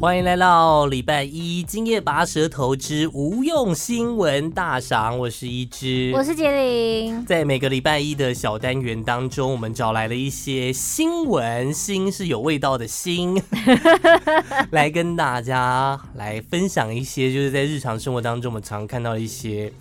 欢迎来到礼拜一今夜拔舌头之无用新闻大赏，我是一只，我是杰林。在每个礼拜一的小单元当中，我们找来了一些新闻，新是有味道的 新，来跟大家来分享一些，就是在日常生活当中我们常看到一些，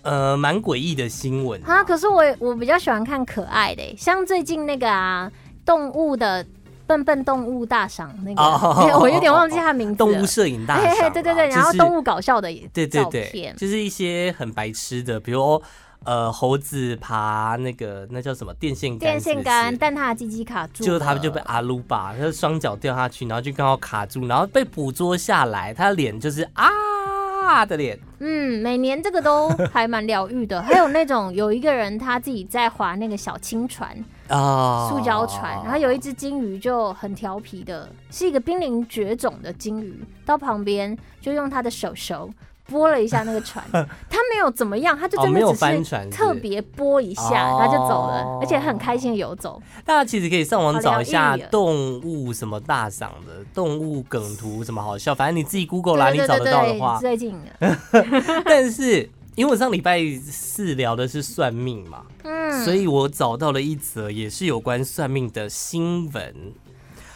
呃，蛮诡异的新闻。啊，可是我我比较喜欢看可爱的欸、像最近那个啊，动物的笨笨动物大赏那个，哦 我有点忘记它的名字了。动物摄影大嘿嘿赏啊，对对对，然后就是动物搞笑的也对对照对片，，就是一些很白痴的，比如呃猴子爬那个那叫什么电线杆电是不是，线杆，但它的鸡鸡卡住了，就他们就被阿鲁巴，他就双脚掉下去，然后就刚好卡住，然后被捕捉下来，他的脸就是啊的脸，嗯，每年这个都还蛮疗愈的。还有那种有一个人他自己在划那个小轻船，啊，塑胶船，然后有一只金鱼就很调皮的，是一个濒临绝种的金鱼，到旁边就用它的手手拨了一下那 个船，它没有怎么样，它就哦真没的有只翻是船是特不是别拨一下，它就走哦了，而且很开心的游走。大家其实可以上网找一好下疗愈啊动物什么大赏的动物梗图什么好笑，反正你自己 Google 啦，对你对找对得到的对，话。最近的，但是因为我上礼拜四聊的是算命嘛，嗯，所以我找到了一则也是有关算命的新闻，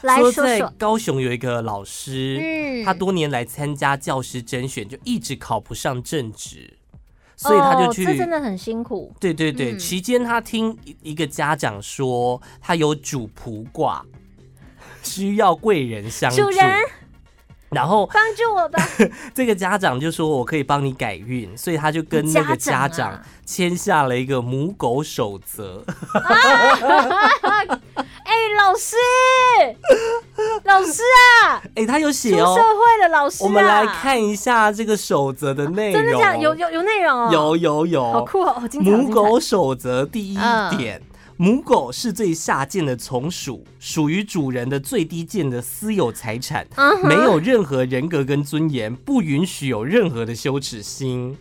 来说在说，高雄有一个老师，嗯他多年来参加教师甄选，就一直考不上正职，所以他就哦去。这真的很辛苦，对对对，嗯期间他听一个家长说，他有主仆卦，需要贵人相助主。人然后帮助我吧， 这个家长就说：“我可以帮你改运。”所以他就跟那个家家长啊长签下了一个母狗守则。 啊 哎，老师，老师啊，哎、他有出写哦社。会的老师啊，啊我们来看一下这个守则的内容。真的假的？有有有内容哦，有有有好酷哦！哦精彩母，精狗守则第一嗯点。母狗是最下贱的从属，属于主人的最低贱的私有财产嗯哼没有任何人格跟尊严，不允许有任何的羞耻心。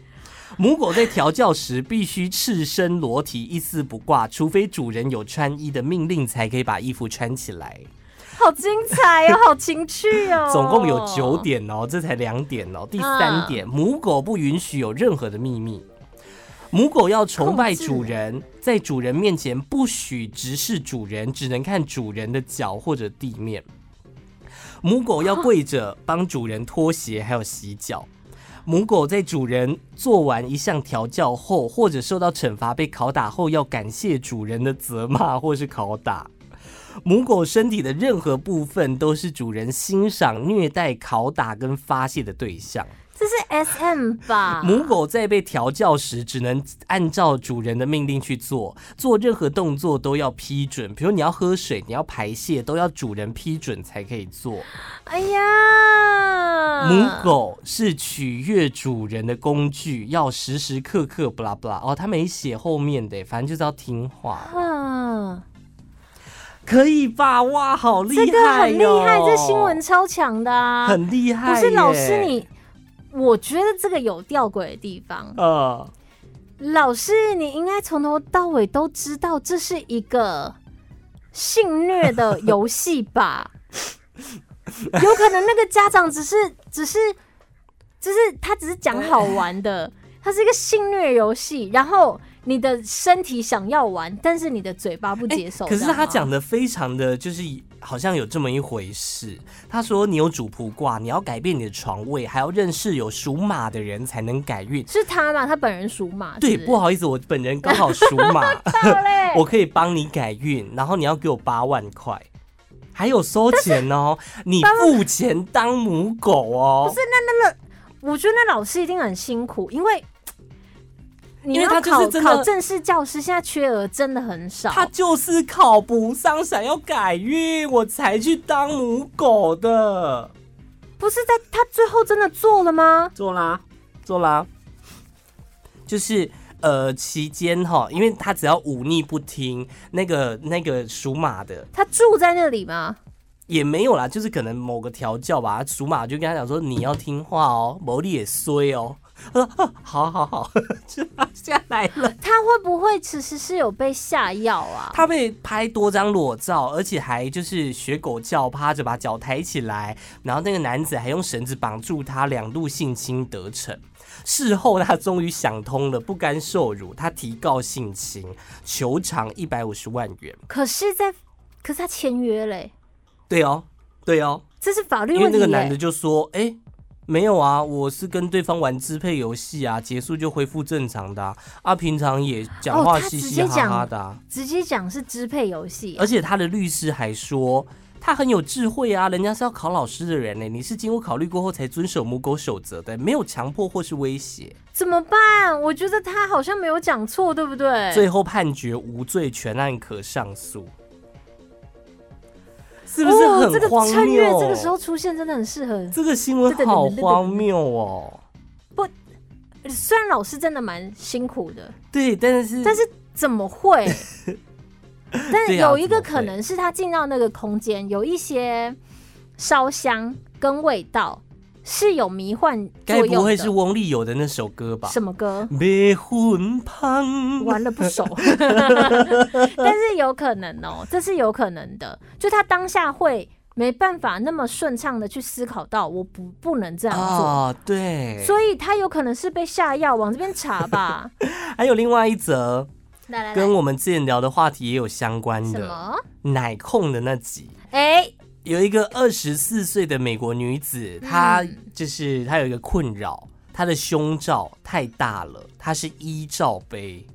母狗在调教时必须赤身裸体，一丝不挂，除非主人有穿衣的命令，才可以把衣服穿起来。彩好精 彩哦，好情趣哦！总共有九，点哦，这才两点哦。第三点，母狗不允许有任何的秘密。母狗要崇拜主人，在主人面前不许直视主人，只能看主人的脚或者地面。母狗要跪着帮主人脱鞋，还有洗脚。母狗在主人做完一项调教后，或者受到惩罚被拷打后，要感谢主人的责骂或是拷打。母狗身体的任何部分都是主人欣赏、虐待、拷打跟发泄的对象。这是 S M 吧？母狗在被调教时，只能按照主人的命令去做，做任何动作都要批准。比如你要喝水、你要排泄，都要主人批准才可以做。哎呀，母狗是取悦主人的工具，要时时刻刻不拉不拉。哦，他没写后面的，反正就是要听话。啊，可以吧？哇，好厉害、哦！这个很厉害，这新闻超强的啊！很厉害不耶。是老师你，我觉得这个有吊诡的地方。呃。老师，你应该从头到尾都知道这是一个性虐的游 戏吧？有可能那个家长只是只是只是他只是讲好玩的，它是一个性虐游戏，然后你的身体想要玩，但是你的嘴巴不接受。哎可是这样吗他讲的非常的就是好像有这么一回事。他说你有主仆卦，你要改变你的床位，还要认识有属马的人才能改运。是他嘛，他本人属马，对，呃是不好意思，我本人刚好属 马，，是好嘞我可以帮你改运，然后你要给我八万块，还有收钱 哦，你付钱当母狗哦，我觉得那老师一定很辛苦，因为你因为要他考就是真的考正式教师，现在缺额真的很少。他就是考不上，想要改运，我才去当母狗的。不是在他最后真的做了吗？做啦，做啦。就是呃，期间哈，因为他只要忤逆不听，那个那个属马的他住在那里吗？也没有啦，就是可能某个调教吧，属马就跟他讲说你要听话哦，某力也衰哦， 他说：“哦，好好好， 就拿下来了。他会不会其实是有被下药啊？他被拍多张裸照，而且还就是学狗叫，趴着把脚抬起来，然后那个男子还用绳子绑住他，两度性侵得逞。事后他终于想通了，不甘受辱，他提告性侵，求偿一百五十万元。可是在，可是他签约嘞、对哦，对哦，这是法律因为问那题、个男的耶。就说：“哎、没有啊，我是跟对方玩支配游戏啊，结束就恢复正常的啊，啊平常也讲哦话他嘻直嘻接哈讲哈的、啊。直接讲是支配游戏耶、而且他的律师还说。”他很有智慧啊，人家是要考老师的人呢、你是经过考虑过后才遵守母狗守则的，没有强迫或是威胁。怎么办？我觉得他好像没有讲错，对不对？最后判决无罪，全案可上诉，是不是哦，这很个荒谬？趁月这个时候出现真的很适合。这个新闻对对对好对对对荒谬哦。虽然老师真的蛮辛苦的，对，但是 但是怎 么会？但对啊有一怎么个可会能是他进到那个空间，有一些烧香跟味道是有迷幻该作不用会的。是翁立友的那首歌吧？什么歌？ 迷魂香，玩了不 熟，但是有可能哦、这是有可能的。就他当下会没办法那么顺畅的去思考到，我不不能这样做，啊，对。所以他有可能是被下药，往这边查 吧。还有另外一则，来来跟来，我们之前聊的话题也有相关什的，么？奶控的那集。哎、有一个二十四岁的美国女子，嗯她就是她有一个困扰，她的胸罩太大了，她是一罩杯，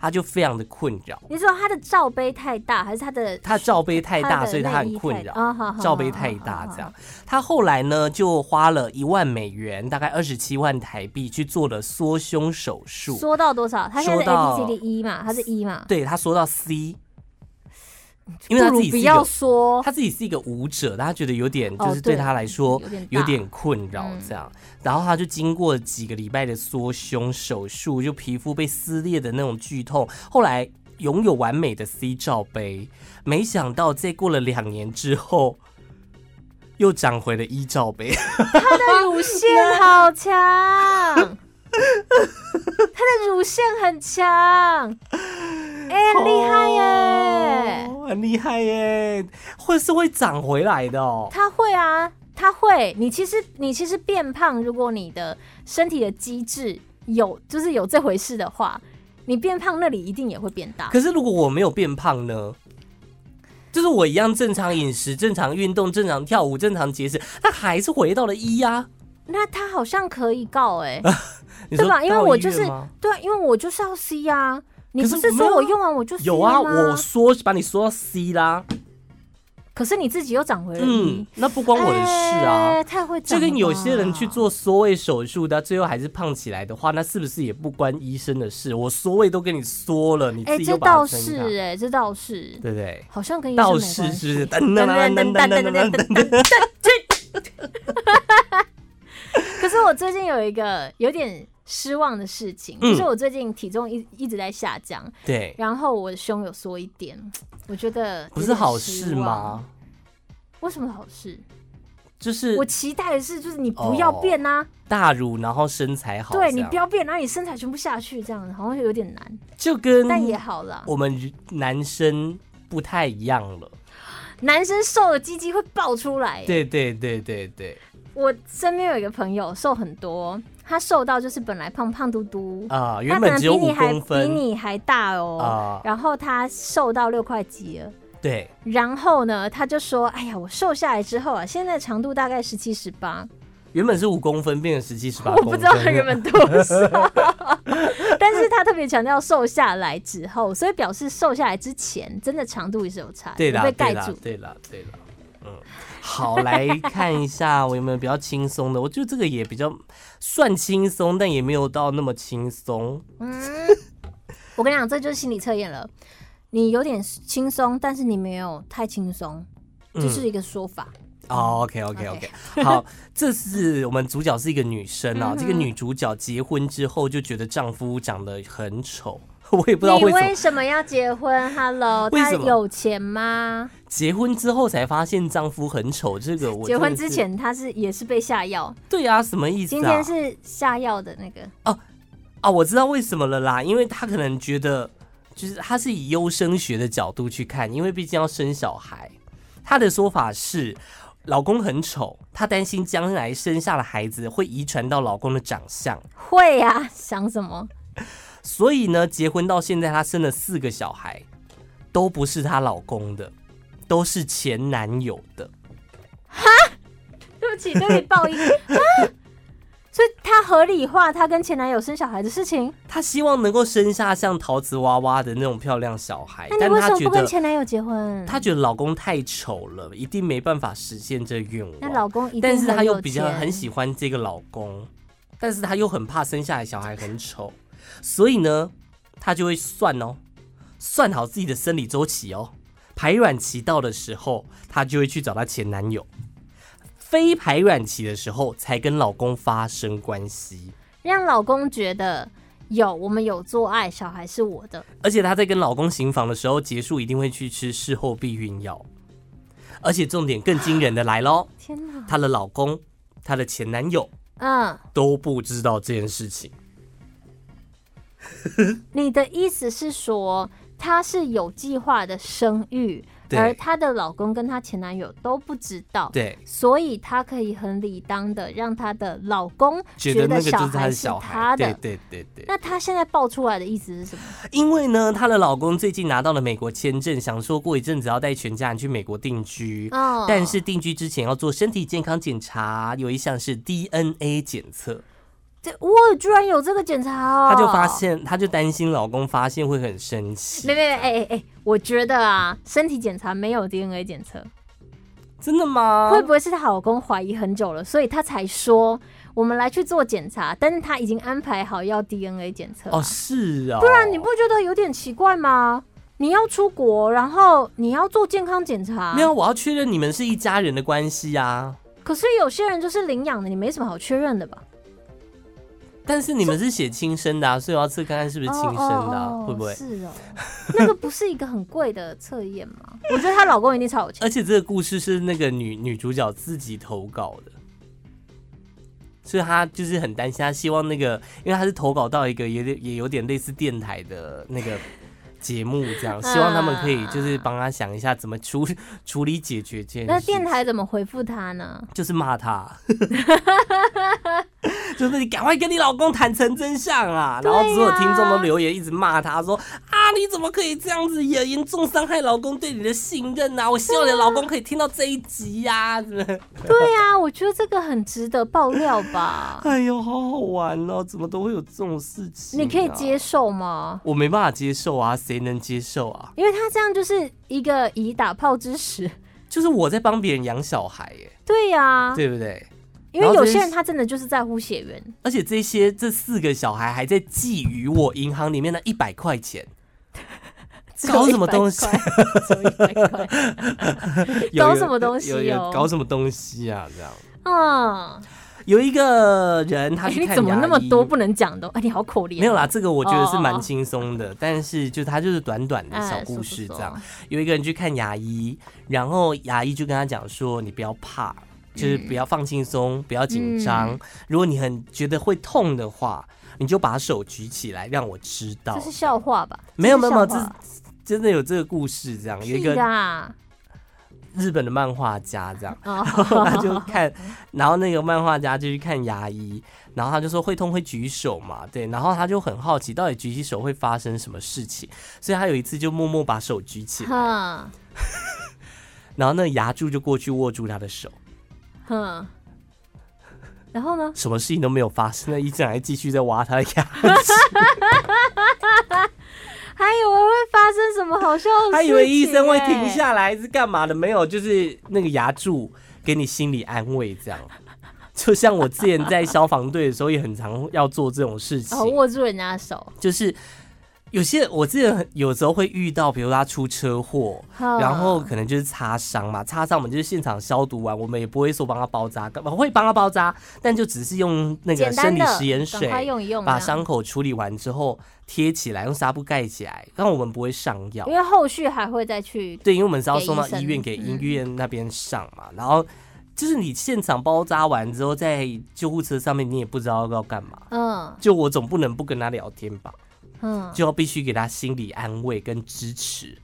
她就非常的困扰。你说他的罩杯太大，还是他的她罩杯太大，的所以她内很衣困太扰。啊好好罩杯太大，这样。他后来呢，就花了一万美元，大概二十七万台币，去做了缩胸手术。说到多少？他现在说是 A 到 B C D E 嘛，他是 E 嘛，对他缩到 C，因为他自不如己嗯不是一要个说他自己是一个舞者，他觉得有点哦就是对对他来说有点大嗯有点困扰这样。然后他就经过几个礼拜的缩胸手术，就皮肤被撕裂的那种剧痛，后来。拥有完美的 C 罩杯，没想到在过了两年之后，又长回了 E 罩杯。他的乳腺好强， 他的乳腺很强，哎、很 厉害耶！哦，很厉害耶，会是会长回来的哦。他会啊，他会。你其实你其实变胖，如果你的身体的机制有就是有这回事的话，你变胖那里一定也会变大。可是如果我没有变胖呢？就是我一样正常饮食、正常运动、正常跳舞、正常节食，他还是回到了一呀、那他好像可以告哎、你说对吧因为我到就医是院吗对啊，因为我就是要 C 呀、你可不是是没有说啊我用完我就 C 有啊，了吗我说把你说到 C 啦，可是你自己又长回了嗯一，，那不关我的事啊。哎太会长就了吧跟有些人去做缩胃手术的，最后还是胖起来的话，那是不是也不关医生的事？我缩胃都跟你说了，你哎、自己这又把倒它撑是大，哎、这倒是，对不对？好像跟医生道没士关系是噔 噔噔噔噔噔噔噔噔，可是我最近有一个有点失望的事情，嗯就是我最近体重一一直在下降， 对，然后我的胸有缩一点，我觉得不有是点好失事望？吗？为什么好事？就是我期待的是，就是你不要哦变啊。大乳，然后身材好这对样，你不要变，然后你身材全部下去，这样好像有点难，就跟但也好啦。嗯我们男生不太一样了。男生瘦的鸡鸡会爆出来。对对对对对，我身边有一个朋友瘦很多，他瘦到就是本来胖胖嘟嘟，啊、他原可本能只比有你五还公比分你还大哦。啊、然后他瘦到六块几了，对，然后呢，他就说：“哎呀，我瘦下来之后啊，现在长度大概十七十八，原本是五公分，变成十七十八我公分，不知道他原本多少。 但是他特别强调瘦下来之后，所以表示瘦下来之前真的长度也是有差，对有啦被对盖啦住。对啦对啦，嗯，好，来看一下我有没有比较轻松的，我觉得这个也比较算轻松，但也没有到那么轻松。嗯， 我跟你讲，这就是心理测验了。你有点轻松，但是你没有太轻松，嗯这是一个说法。哦、o k OK OK OK，嗯好，这是我们主角是一个女生啊，这个女主角结婚之后就觉得丈夫长得很丑， 我也不知道你为什为么。什么要结婚？Hello，为他什么有钱吗？结婚之后才发现丈夫很丑，这个我结婚真的之是前他是也是被下药，对啊，什么意思啊？今天是下药的那个，啊，我知道为什么了啦，因为他可能觉得，就是他是以优生学的角度去看，因为毕竟要生小孩。他的说法是，老公很丑，她担心将来生下的孩子会遗传到老公的长相，会呀、想什么？所以呢，结婚到现在，她生了四个小孩，都不是她老公的，都是前男友的。对不起，对不起，报 应。啊所以她合理化她跟前男友生小孩的事情，她希望能够生下像陶瓷娃娃的那种漂亮小孩那，你哎但为她什么觉不跟得前男友结婚？她觉得老公太丑了，一定没办法实现这愿望。那老公一定但是她很有又比较钱很喜欢这个老公，但是她又很怕生下来小孩很丑，所以呢，她就会算哦，算好自己的生理周期哦，排卵期到的时候，她就会去找她前男友，非排卵期的时候才跟老公发生关系，让老公觉得有我们有做爱，小孩是我的。而且她在跟老公行房的时候结束一定会去吃事后避孕药，而且重点更惊人的来喽，天哪，她的老公，她的前男友嗯，都不知道这件事情。你的意思是说她是有计划的生育，对而她的老公跟她前男友都不知道，对，所以她可以很理当的让她的老公觉得那个就小是他孩的是小她孩，的对。对对对。那她现在爆出来的意思是什么？因为呢，她的老公最近拿到了美国签证，想说过一阵子要带全家人去美国定居。哦但是定居之前要做身体健康检查，有一项是 DNA 检嗯测，这我居然有这个检查哦！她就发现，她就担心老公发现会很生气没，没没，哎哎哎，我觉得啊，身体检查没有 DNA 检测，真的吗？会不会是她老公怀疑很久了，所以她才说我们来去做检查？但是她已经安排好要 DNA 检测啊、哦，是哦，不然你不觉得有点奇怪吗？你要出国，然后你要做健康检查，没有？我要确认你们是一家人的关系啊。可是有些人就是领养的，你没什么好确认的吧？但是你们是写亲生的啊，所以我要测看看是不是亲生的啊、哦哦哦会不会？是哦，那个不是一个很贵的测验吗？我觉得她老公一定超有钱。而且这个故事是那个女女主角自己投稿的，所以她就是很担心，她希望那个，因为她是投稿到一个有点也有点类似电台的那个节目这 样，希望他啊们可以就是帮她想一下怎么处处理解决这件事。那电台怎么回复她 呢？就是骂她，就是你赶快跟你老公坦诚真相啊！然后对呀所有听众都留言一直骂她说啊，你怎么可以这样子，也严重伤害老公对你的信任啊！我希望你的老公可以听到这一集 呀、啊！是不是？对呀、我觉得这个很值得爆料吧 哎呦，好好玩哦，怎么都会有这种事情、啊你可以接，受吗？我没办法接受啊，谁能接受啊？因为他这样就是一个以打炮之实。就是我在帮别人养小孩耶、 对呀、对不对？因为然后有这些些人他真的就是在乎血缘，而且这些这四个小孩还在觊觎我银行里面的一百块钱，搞什么东西？只有100块 有搞有什么东西有有哦搞什么东西啊？这样嗯，有一个人他哎，去你看怎么牙那么医多不能讲的？哎，你好可怜。没有啦，这个我觉得是哦哦蛮哦轻松的，但是就他就是短短的哎，小说故说事这说样。有一个人去看牙医，然后牙医就跟他讲说：“你不要怕，就是嗯不要放轻松，不要紧张。如果你很觉得会痛的话，你就把手举起来，让我知道这。是笑话吧？没有没有没有，这这真的有这个故事这样，有是啊一笑话屁个啦。日本的漫画家这样。”哦，然后 他就看，然后那个漫画家就去看牙医，然后他就说会痛会举手嘛，对，然后他就很好奇到底举起手会发生什么事情，所以他有一次就默默把手举 起来， 哼然后那个牙柱就过去握住他的手，哼，然后呢？什么事情都没有发生，那医生还继续在挖他的牙，还以为会发生什么好笑的事情、他以为医生会停哎下来是干嘛的？没有，就是那个牙柱给你心理安慰这样。就像我之哦前在消防队的时候，也很常要做这种事情。哦，握住人家的手，就是有些我记得很有时候会遇到，比如他出车祸，哼然后可能就是擦伤嘛，擦伤我们就是现场消毒完，我们也不会说帮他包扎，干嘛会帮他包扎，但就只是用那个简生单理的食盐赶快水用一啊用，把伤，口处理完之后贴起来，用纱布盖起来，但我们不会上药因。为后续还会再去。对，因为我们是要给送医到医生院给医嗯院那边上嘛，然后就是你现场包扎完之后，在救护车上面你也不知道要干嘛，嗯就我总不能不跟他聊天吧，嗯，就要必须给他心理安慰跟支持。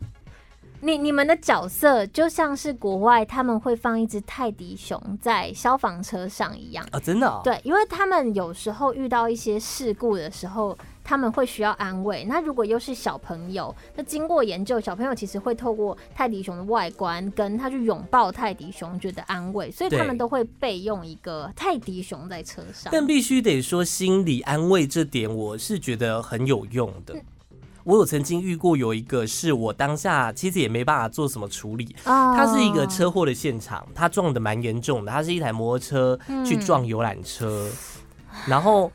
你你们的角色就像是国外他们会放一只泰迪熊在消防车上一样。啊，真的、哦，对，因为他们有时候遇到一些事故的时候，他们会需要安慰。那如果又是小朋友，那经过研究，小朋友其实会透过泰迪熊的外观跟他去拥抱泰迪熊，觉得安慰，所以他对们都会备用一个泰迪熊在车上。但必须得说心理安慰这点，我是觉得很有用的。我有曾经遇过有一个是我当下其实也没办法做什么处理，啊它是一个，车祸的现场，它撞的蛮严重的，它是一台摩托车去撞游览车，然后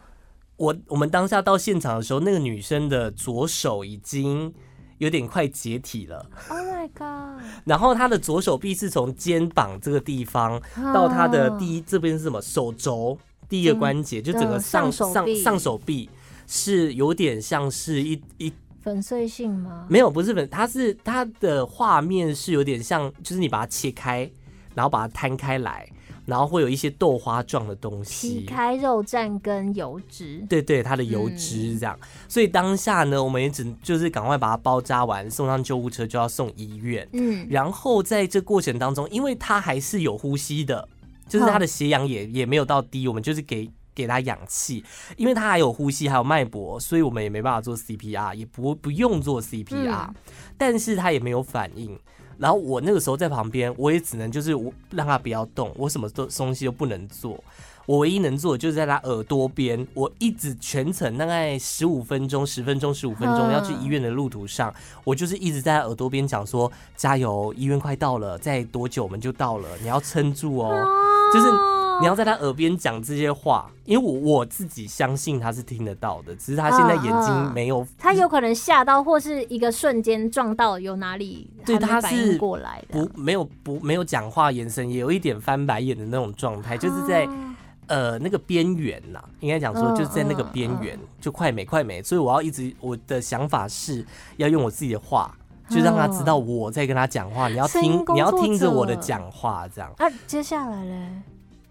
我我们当下到现场的时候，那个女生的左手已经有点快解体了， Oh my god！然后她的左手臂是从肩膀这个地方到她的哦第一这边是什么手肘第一个关节，就整个嗯上上手上臂上手臂是有点像是一一粉碎性吗？没有，不是粉，它是它的画面是有点像，就是你把它切开，然后把它摊开来，然后会有一些豆花状的东皮西。开嗯肉绽跟油脂，对对，它的油脂这样，所以当下呢，我们也只就是赶快把它包扎完，送上救护车就要送医院。嗯，然后在这过程当中，因为它还是有呼吸的，就是它的嗯血氧也也没有到低，我们就是给给它氧气，因为它还有呼吸，还有脉搏，所以我们也没办法做 CPR，也不不用做 CPR，、嗯但是它也没有反应。然后我那个时候在旁边，我也只能就是我让它不要动，我什么都东西都不能做。我唯一能做的就是在它耳朵边，我一直全程大概十五分钟、十分钟、十五分钟嗯要去医院的路途上，我就是一直在他耳朵边讲说：“加油，医院快到了，再多久我们就到了，你要撑住哦。”就是你要在他耳边讲这些话，因为我我自己相信他是听得到的，只是他现在眼嗯睛嗯没有，他有可能吓到，或是一个瞬间撞到有哪里对还没他反是应过来不的，没有不没有讲话，眼神也有一点翻白眼的那种状态，就是在啊呃那个边缘呐，应该讲说嗯就是在那个边缘，就快美快美，所以我要一直我的想法是要用我自己的话，就让他知道我在跟他讲话，你要嗯声听音工你要作听着我的者讲话这样。啊，接下来嘞，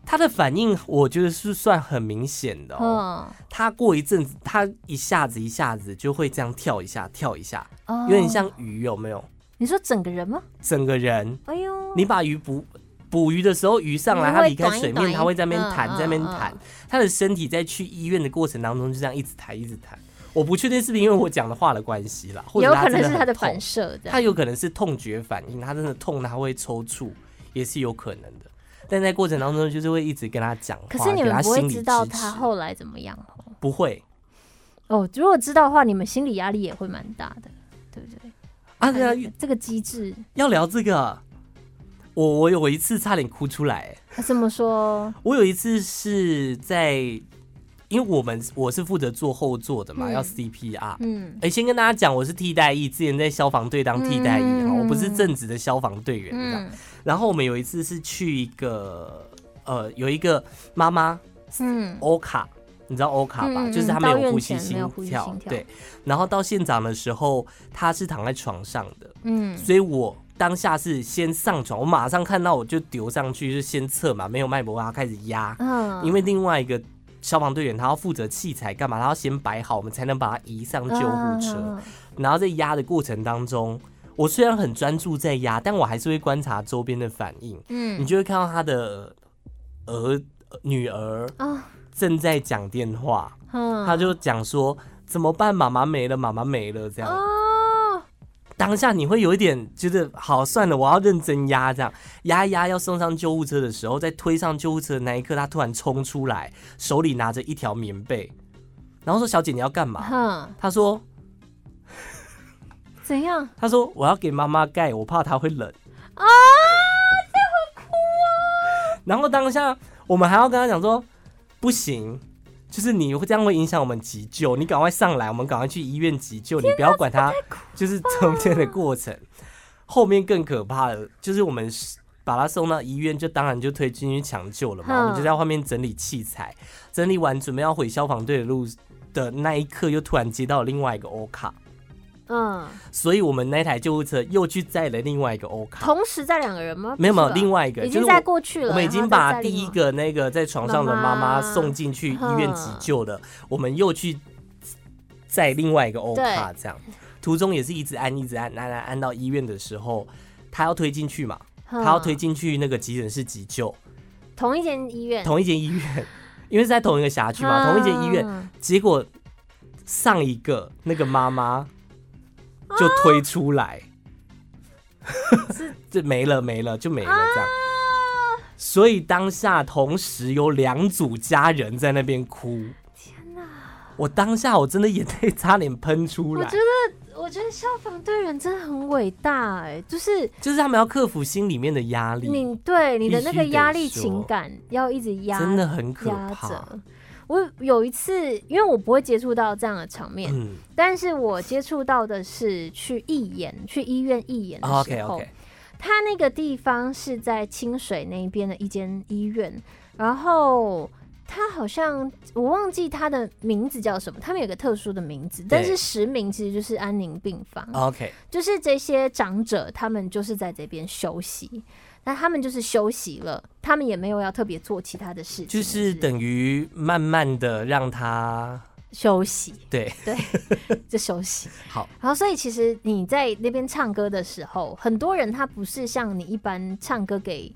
他的反应我觉得是算很明显的哦，嗯，他过一阵子他一下子一下子就会这样跳一下跳一下，哦有点像鱼有没有？你说整个人吗？整个人哎呦，你把鱼捕捕鱼的时候，鱼上来，鱼它会离开水短面，一它会在那边短弹，嗯在那边嗯弹嗯，它的身体在去医院的过程当中就这样一直弹，一直弹。我不确定是不是因为我讲的话的关系啦，或也者有可能真是他很的痛反射的它，有可能是痛觉反应，它真的痛，它会抽搐，也是有可能的。但在过程当中，就是会一直跟他讲话，可是你给们他不会心理知道支他持后来怎么样哦不会哦。如果知道的话，你们心理压力也会蛮大的，对不对？啊？看对啊你，们这个机制要聊这个，我我有一次差点哭出来、欸啊这么 说，我有一次是在，因为我们我是负责做后座的嘛，嗯要 CPR。嗯哎、先跟大家讲，我是替代役，之前在消防队当替代役哈、嗯我不是正职的消防队员这样。嗯然后我们有一次是去一个，呃，有一个妈妈嗯，欧卡，你知道欧卡吧？嗯嗯就是她没到有院呼吸前没有心呼吸跳心，跳对。然后到现场的时候，她是躺在床上的，嗯所以我当下是先上床，我马上看到我就丢上去，就先测嘛，没有脉搏，然后开始压。嗯，因为另外一个消防队员他要负责器材干嘛，他要先摆好，我们才能把他移上救护车。啊然后在压的过程当中，我虽然很专注在压，但我还是会观察周边的反应。你嗯就会看到他的儿女儿啊正在讲电话，嗯，他就讲说怎么办，妈妈没了，妈妈没了这样。哦，当下你会有一点觉得，好，算了，我要认真压，这样压一压，要送上救护车的时候，在推上救护车的那一刻，他突然冲出来，手里拿着一条棉被，然后说：“小姐，你要干嘛哼，？”他说怎样？：“他说我要给妈妈盖，我怕她会冷。”啊，然后当下我们还要跟他讲说：“不行，就是你会这样会影响我们急救，你赶快上来，我们赶快去医院急救，你不要管它，就是中间的过程。后面更可怕的就是我们把他送到医院，就当然就推进去抢救了嘛。我们就在外面整理器材，整理完准备要回消防队的路的那一刻，又突然接到另外一个欧卡，嗯，所以我们那台救护车又去载了另外一个欧卡。同时在两个人吗？没有没有，哦不是吧另外一个已就是经我在过去了。我们已经然后再把载第另一外，个那个在床上的妈妈嗯妈妈送进去医院急救了，我们又去在另外一个欧卡这样，途中也是一直按一直按按按按到医院的时候，他要推进去嘛，他他要推进去那个急诊室急救，嗯同一间医院，同一间医 院，因为是在同一个辖区嘛，同一间医院，嗯结果上一个那个妈妈就推出来，是这没了没 了就没了这样。啊！所以当下同时有两组家人在那边哭，天哪，我当下我真的眼泪差点喷出我来觉，得，我觉得消防队员真的很伟大哎、就是就是他们要克服心里面的压力，你对你的必那须个得压力说情感要一直压，真的很可压怕。着。我有一次，因为我不会接触到这样的场面，嗯但是我接触到的是去义演，去医院义演的，OK 时候， OK，他那个地方是在清水那边的一间医院，然后他好像我忘记他的名字叫什么，他们有个特殊的名字，但是实名其实就是安宁病房， OK，就是这些长者他们就是在这边休息，那他们就是休息了，他们也没有要特别做其他的事情，就是等于慢慢的让他休息，对对， 就休息。好，然后所以其实你在那边唱歌的时候，很多人他不是像你一般唱歌给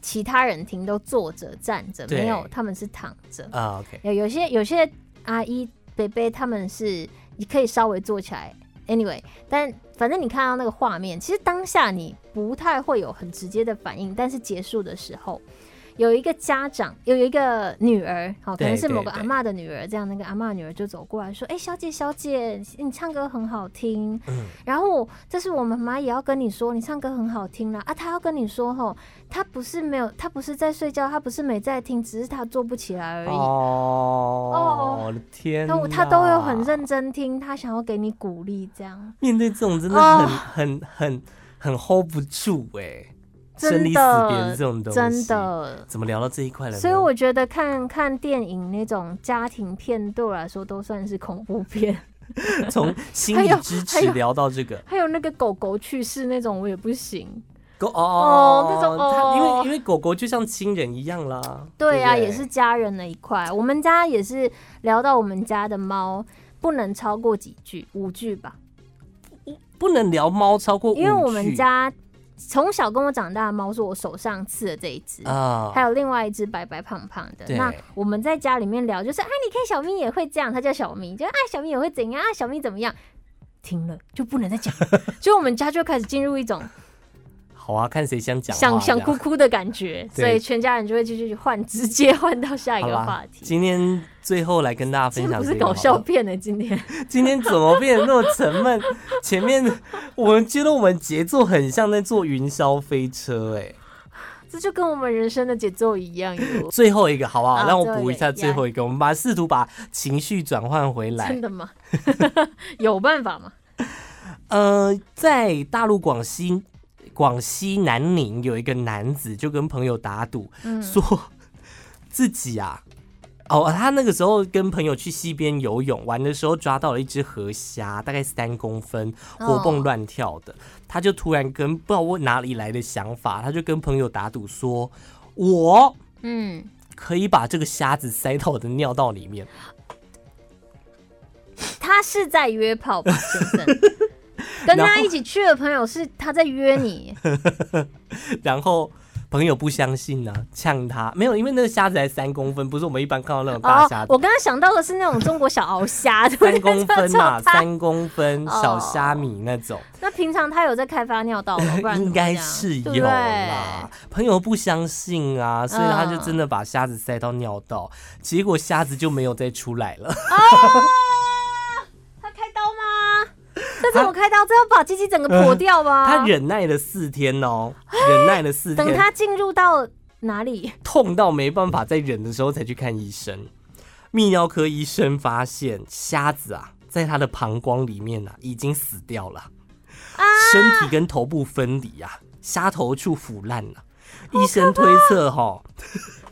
其他人听，都坐着站着，对没有，他们是躺着。啊 OK，有有些有些阿姨、伯伯他们是你可以稍微坐起来，anyway，但反正你看到那个画面，其实当下你不太会有很直接的反应，但是结束的时候。有一个家长，有一个女儿，好，可对能是某个对对阿嬷的女儿，这样那个阿嬷女儿就走过来说：“哎、小姐，小姐，你唱歌很好听。嗯然后这是我妈妈也要跟你说，你唱歌很好听啦。啊，她要跟你说吼，她不是没有，她不是在睡觉，她不是没在听，只是她做不起来而已。哦，我的天他哪，他都有很认真听，他想要给你鼓励，这样面对这种真的哦很很很很 hold 不住哎，真生离死的别这种东西，真的。怎么聊到这一块了呢？所以我觉得看看电影那种家庭片，对我来说都算是恐怖片。从心还理有支还持有聊到这个 还有那个狗狗去世那种，我也不行。狗哦哦那种它因哦为因为狗狗就像亲人一样啦。对啊，不也是家人的一块。我们家也是聊到我们家的猫，不能超过几句，五句吧。不能聊猫超过五句，因为我们家从小跟我长大的猫是我手上刺的这一只啊还，有另外一只白白胖胖的。对那我们在家里面聊，就是啊，你看小咪也会这样，它叫小咪，就啊小咪也会怎样啊小咪怎么样，停了就不能再讲， 所以我们家就开始进入一种好啊，看谁先讲话想想这样哭哭的感觉，对所以全家人就会继续换，直接换到下一好个啦话，题。今天最后来跟大家分这享不这是个搞笑好了片呢、今天今天怎么变得那么沉闷？前面我们觉得我们节奏很像在坐云霄飞车、哎，。这就跟我们人生的节奏一样哟最后一个好不好？好让我补一下啊最后一个最后一个，我们把试图把情绪转换回 来真。的吗？ 有办法吗？呃，在大陆广西广西南宁有一个男子就跟朋友打赌，嗯说自己啊，哦，他那个时候跟朋友去溪边游泳，玩的时候抓到了一只河虾，大概三公分，活蹦哦乱跳的。他就突然跟不知道我哪里来的想法，他就跟朋友打赌说，我嗯，可以把这个虾子塞到我的尿道里面。他是在约炮吧，先生？跟他一起去的朋友是他在约你，然后朋友不相信呢、呛他没有，因为那个虾子才三公分， 不是我们一般看到那种大虾哦，子。我刚刚想到的是那种中国小鳌虾，对三不对公 分嘛，超大三公分小哦虾米那种，那平常他有在开发尿道吗？不然怎么应该这样是有对嗯不对啦。朋友不相信啊，所以他就真的把虾子塞到尿道，结果虾子就没有再出来了。他开刀吗？这怎么开刀？这要把鸡鸡整个破掉吗？啊 他忍耐了四天 哦，忍耐了四啊等天，他进入到哪里？痛到没办法再忍的时候才去看医生。泌尿科医生发现虾子啊，在它的膀胱里面呢、啊、已经死掉了，啊身体跟头部分离啊，虾头处腐烂了、医生推测哈，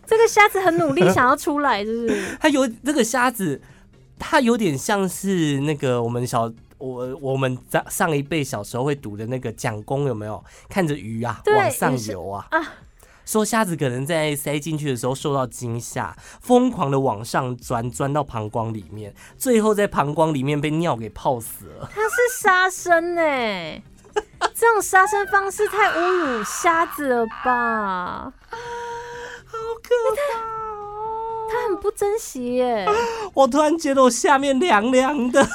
这个虾子很努力想要出来，就是 它有这个虾子，它有点像是那个我们小。我我们上上一辈小时候会读的那个蒋公有没有看着鱼啊对往上游啊？啊，说虾子可能在塞进去的时候受到惊吓，疯狂的往上钻，钻到膀胱里面，最后在膀胱里面被尿给泡死了。它是杀生哎、这种杀生方式太侮辱瞎子了吧？好可怕、哦！他很不珍惜耶、我突然觉得我下面凉凉 的。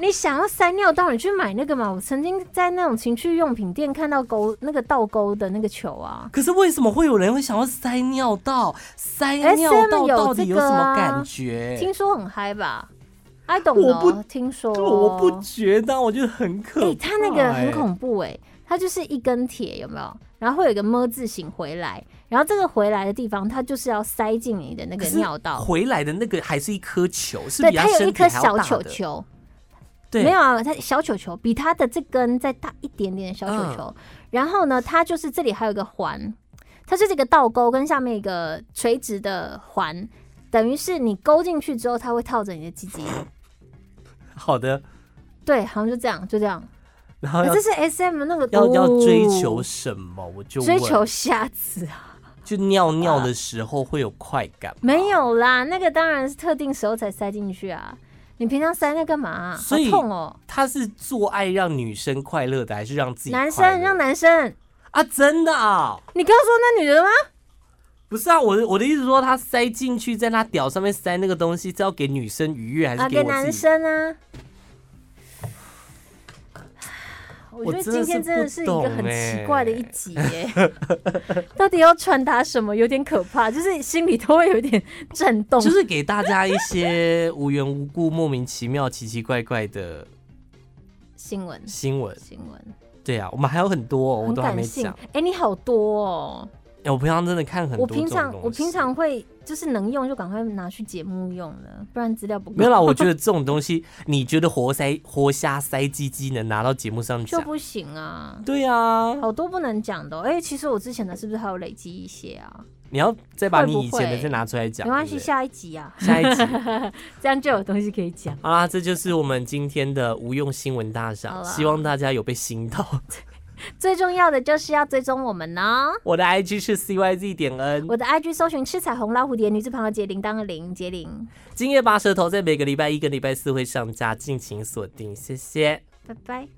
你想要塞尿道，你去买那个嘛？我曾经在那种情趣用品店看到钩那个倒钩的那个球啊，可是为什么会有人会想要塞尿道？塞尿 SM 道哎有到底这有个什么啊感觉？听说很嗨吧？I don't 哎我不 know，听说哦就我不觉得，我觉得很可哎、怕、它那个很怖。恐怖哎、它就是一根铁，有没有？然后会有一个么字形回来，然后这个回来的地方，它就是要塞进你的那可个是尿道。回来的那个还是一颗球，是对，比他它有身一体颗还要小大球的。球，对，没有啊，它小球球比它的这根再大一点点的小球嗯球。然后呢，它就是这里还有一个环，它是这个倒钩跟下面一个垂直的环，等于是你勾进去之后，它会套着你的 鸡鸡。好的，对，好像就这样，就这样。然后哎要、这是 S M 那个要要追哦求啊什么？我就追问求瞎子啊。就尿尿的时候会有快感吗，没有啦，那个当然是特定时候才塞进去啊。你平常塞那干嘛、好所以痛哦、他是做爱让女生快乐的，还是让自己男快乐生让男生，啊？真的啊、你刚刚说那女的吗？不是啊，我的我的意思说，他塞进去在他屌上面塞那个东西，是要给女生愉悦，还是啊，给我自男己？生啊。我我觉得真的今天是真的不是一个很懂奇欸怪的一集耶、 到底要传达什么？有点可怕，就是心里都会有点震动。就是给大家一些无缘无故、莫名其妙、奇奇怪怪的新闻，新闻。新闻，对啊，我们还有很多、哦，我很都还感没性讲。。哎、你好多哦、哎，我平常真的看很多我这种平东西。常我平常会就是能用就赶快拿去节目用了，不然资料不 够。没有啦，我觉得这种东西，你觉得活塞、活虾、塞鸡鸡能拿到节目上就讲？不行啊，对啊，好多不能讲的哦、哎、其实我之前的是不是还有累积一些啊？你要再把会你不以前的会再拿出来讲。没关系，对不对下一集啊，下一集。 这样就有东西可以讲。好啦，这就是我们今天的无用新闻大赏，好啦希望大家有被心到。最重要的就是要追踪我们呢、 我的 IG 是 CYZ 点 N，我的 IG 搜寻吃彩虹老蝴蝶，女字旁的杰铃铛的铃，杰铃，今夜拔舌头在每个礼拜一跟礼拜四会上架，敬请锁定，谢谢。拜拜。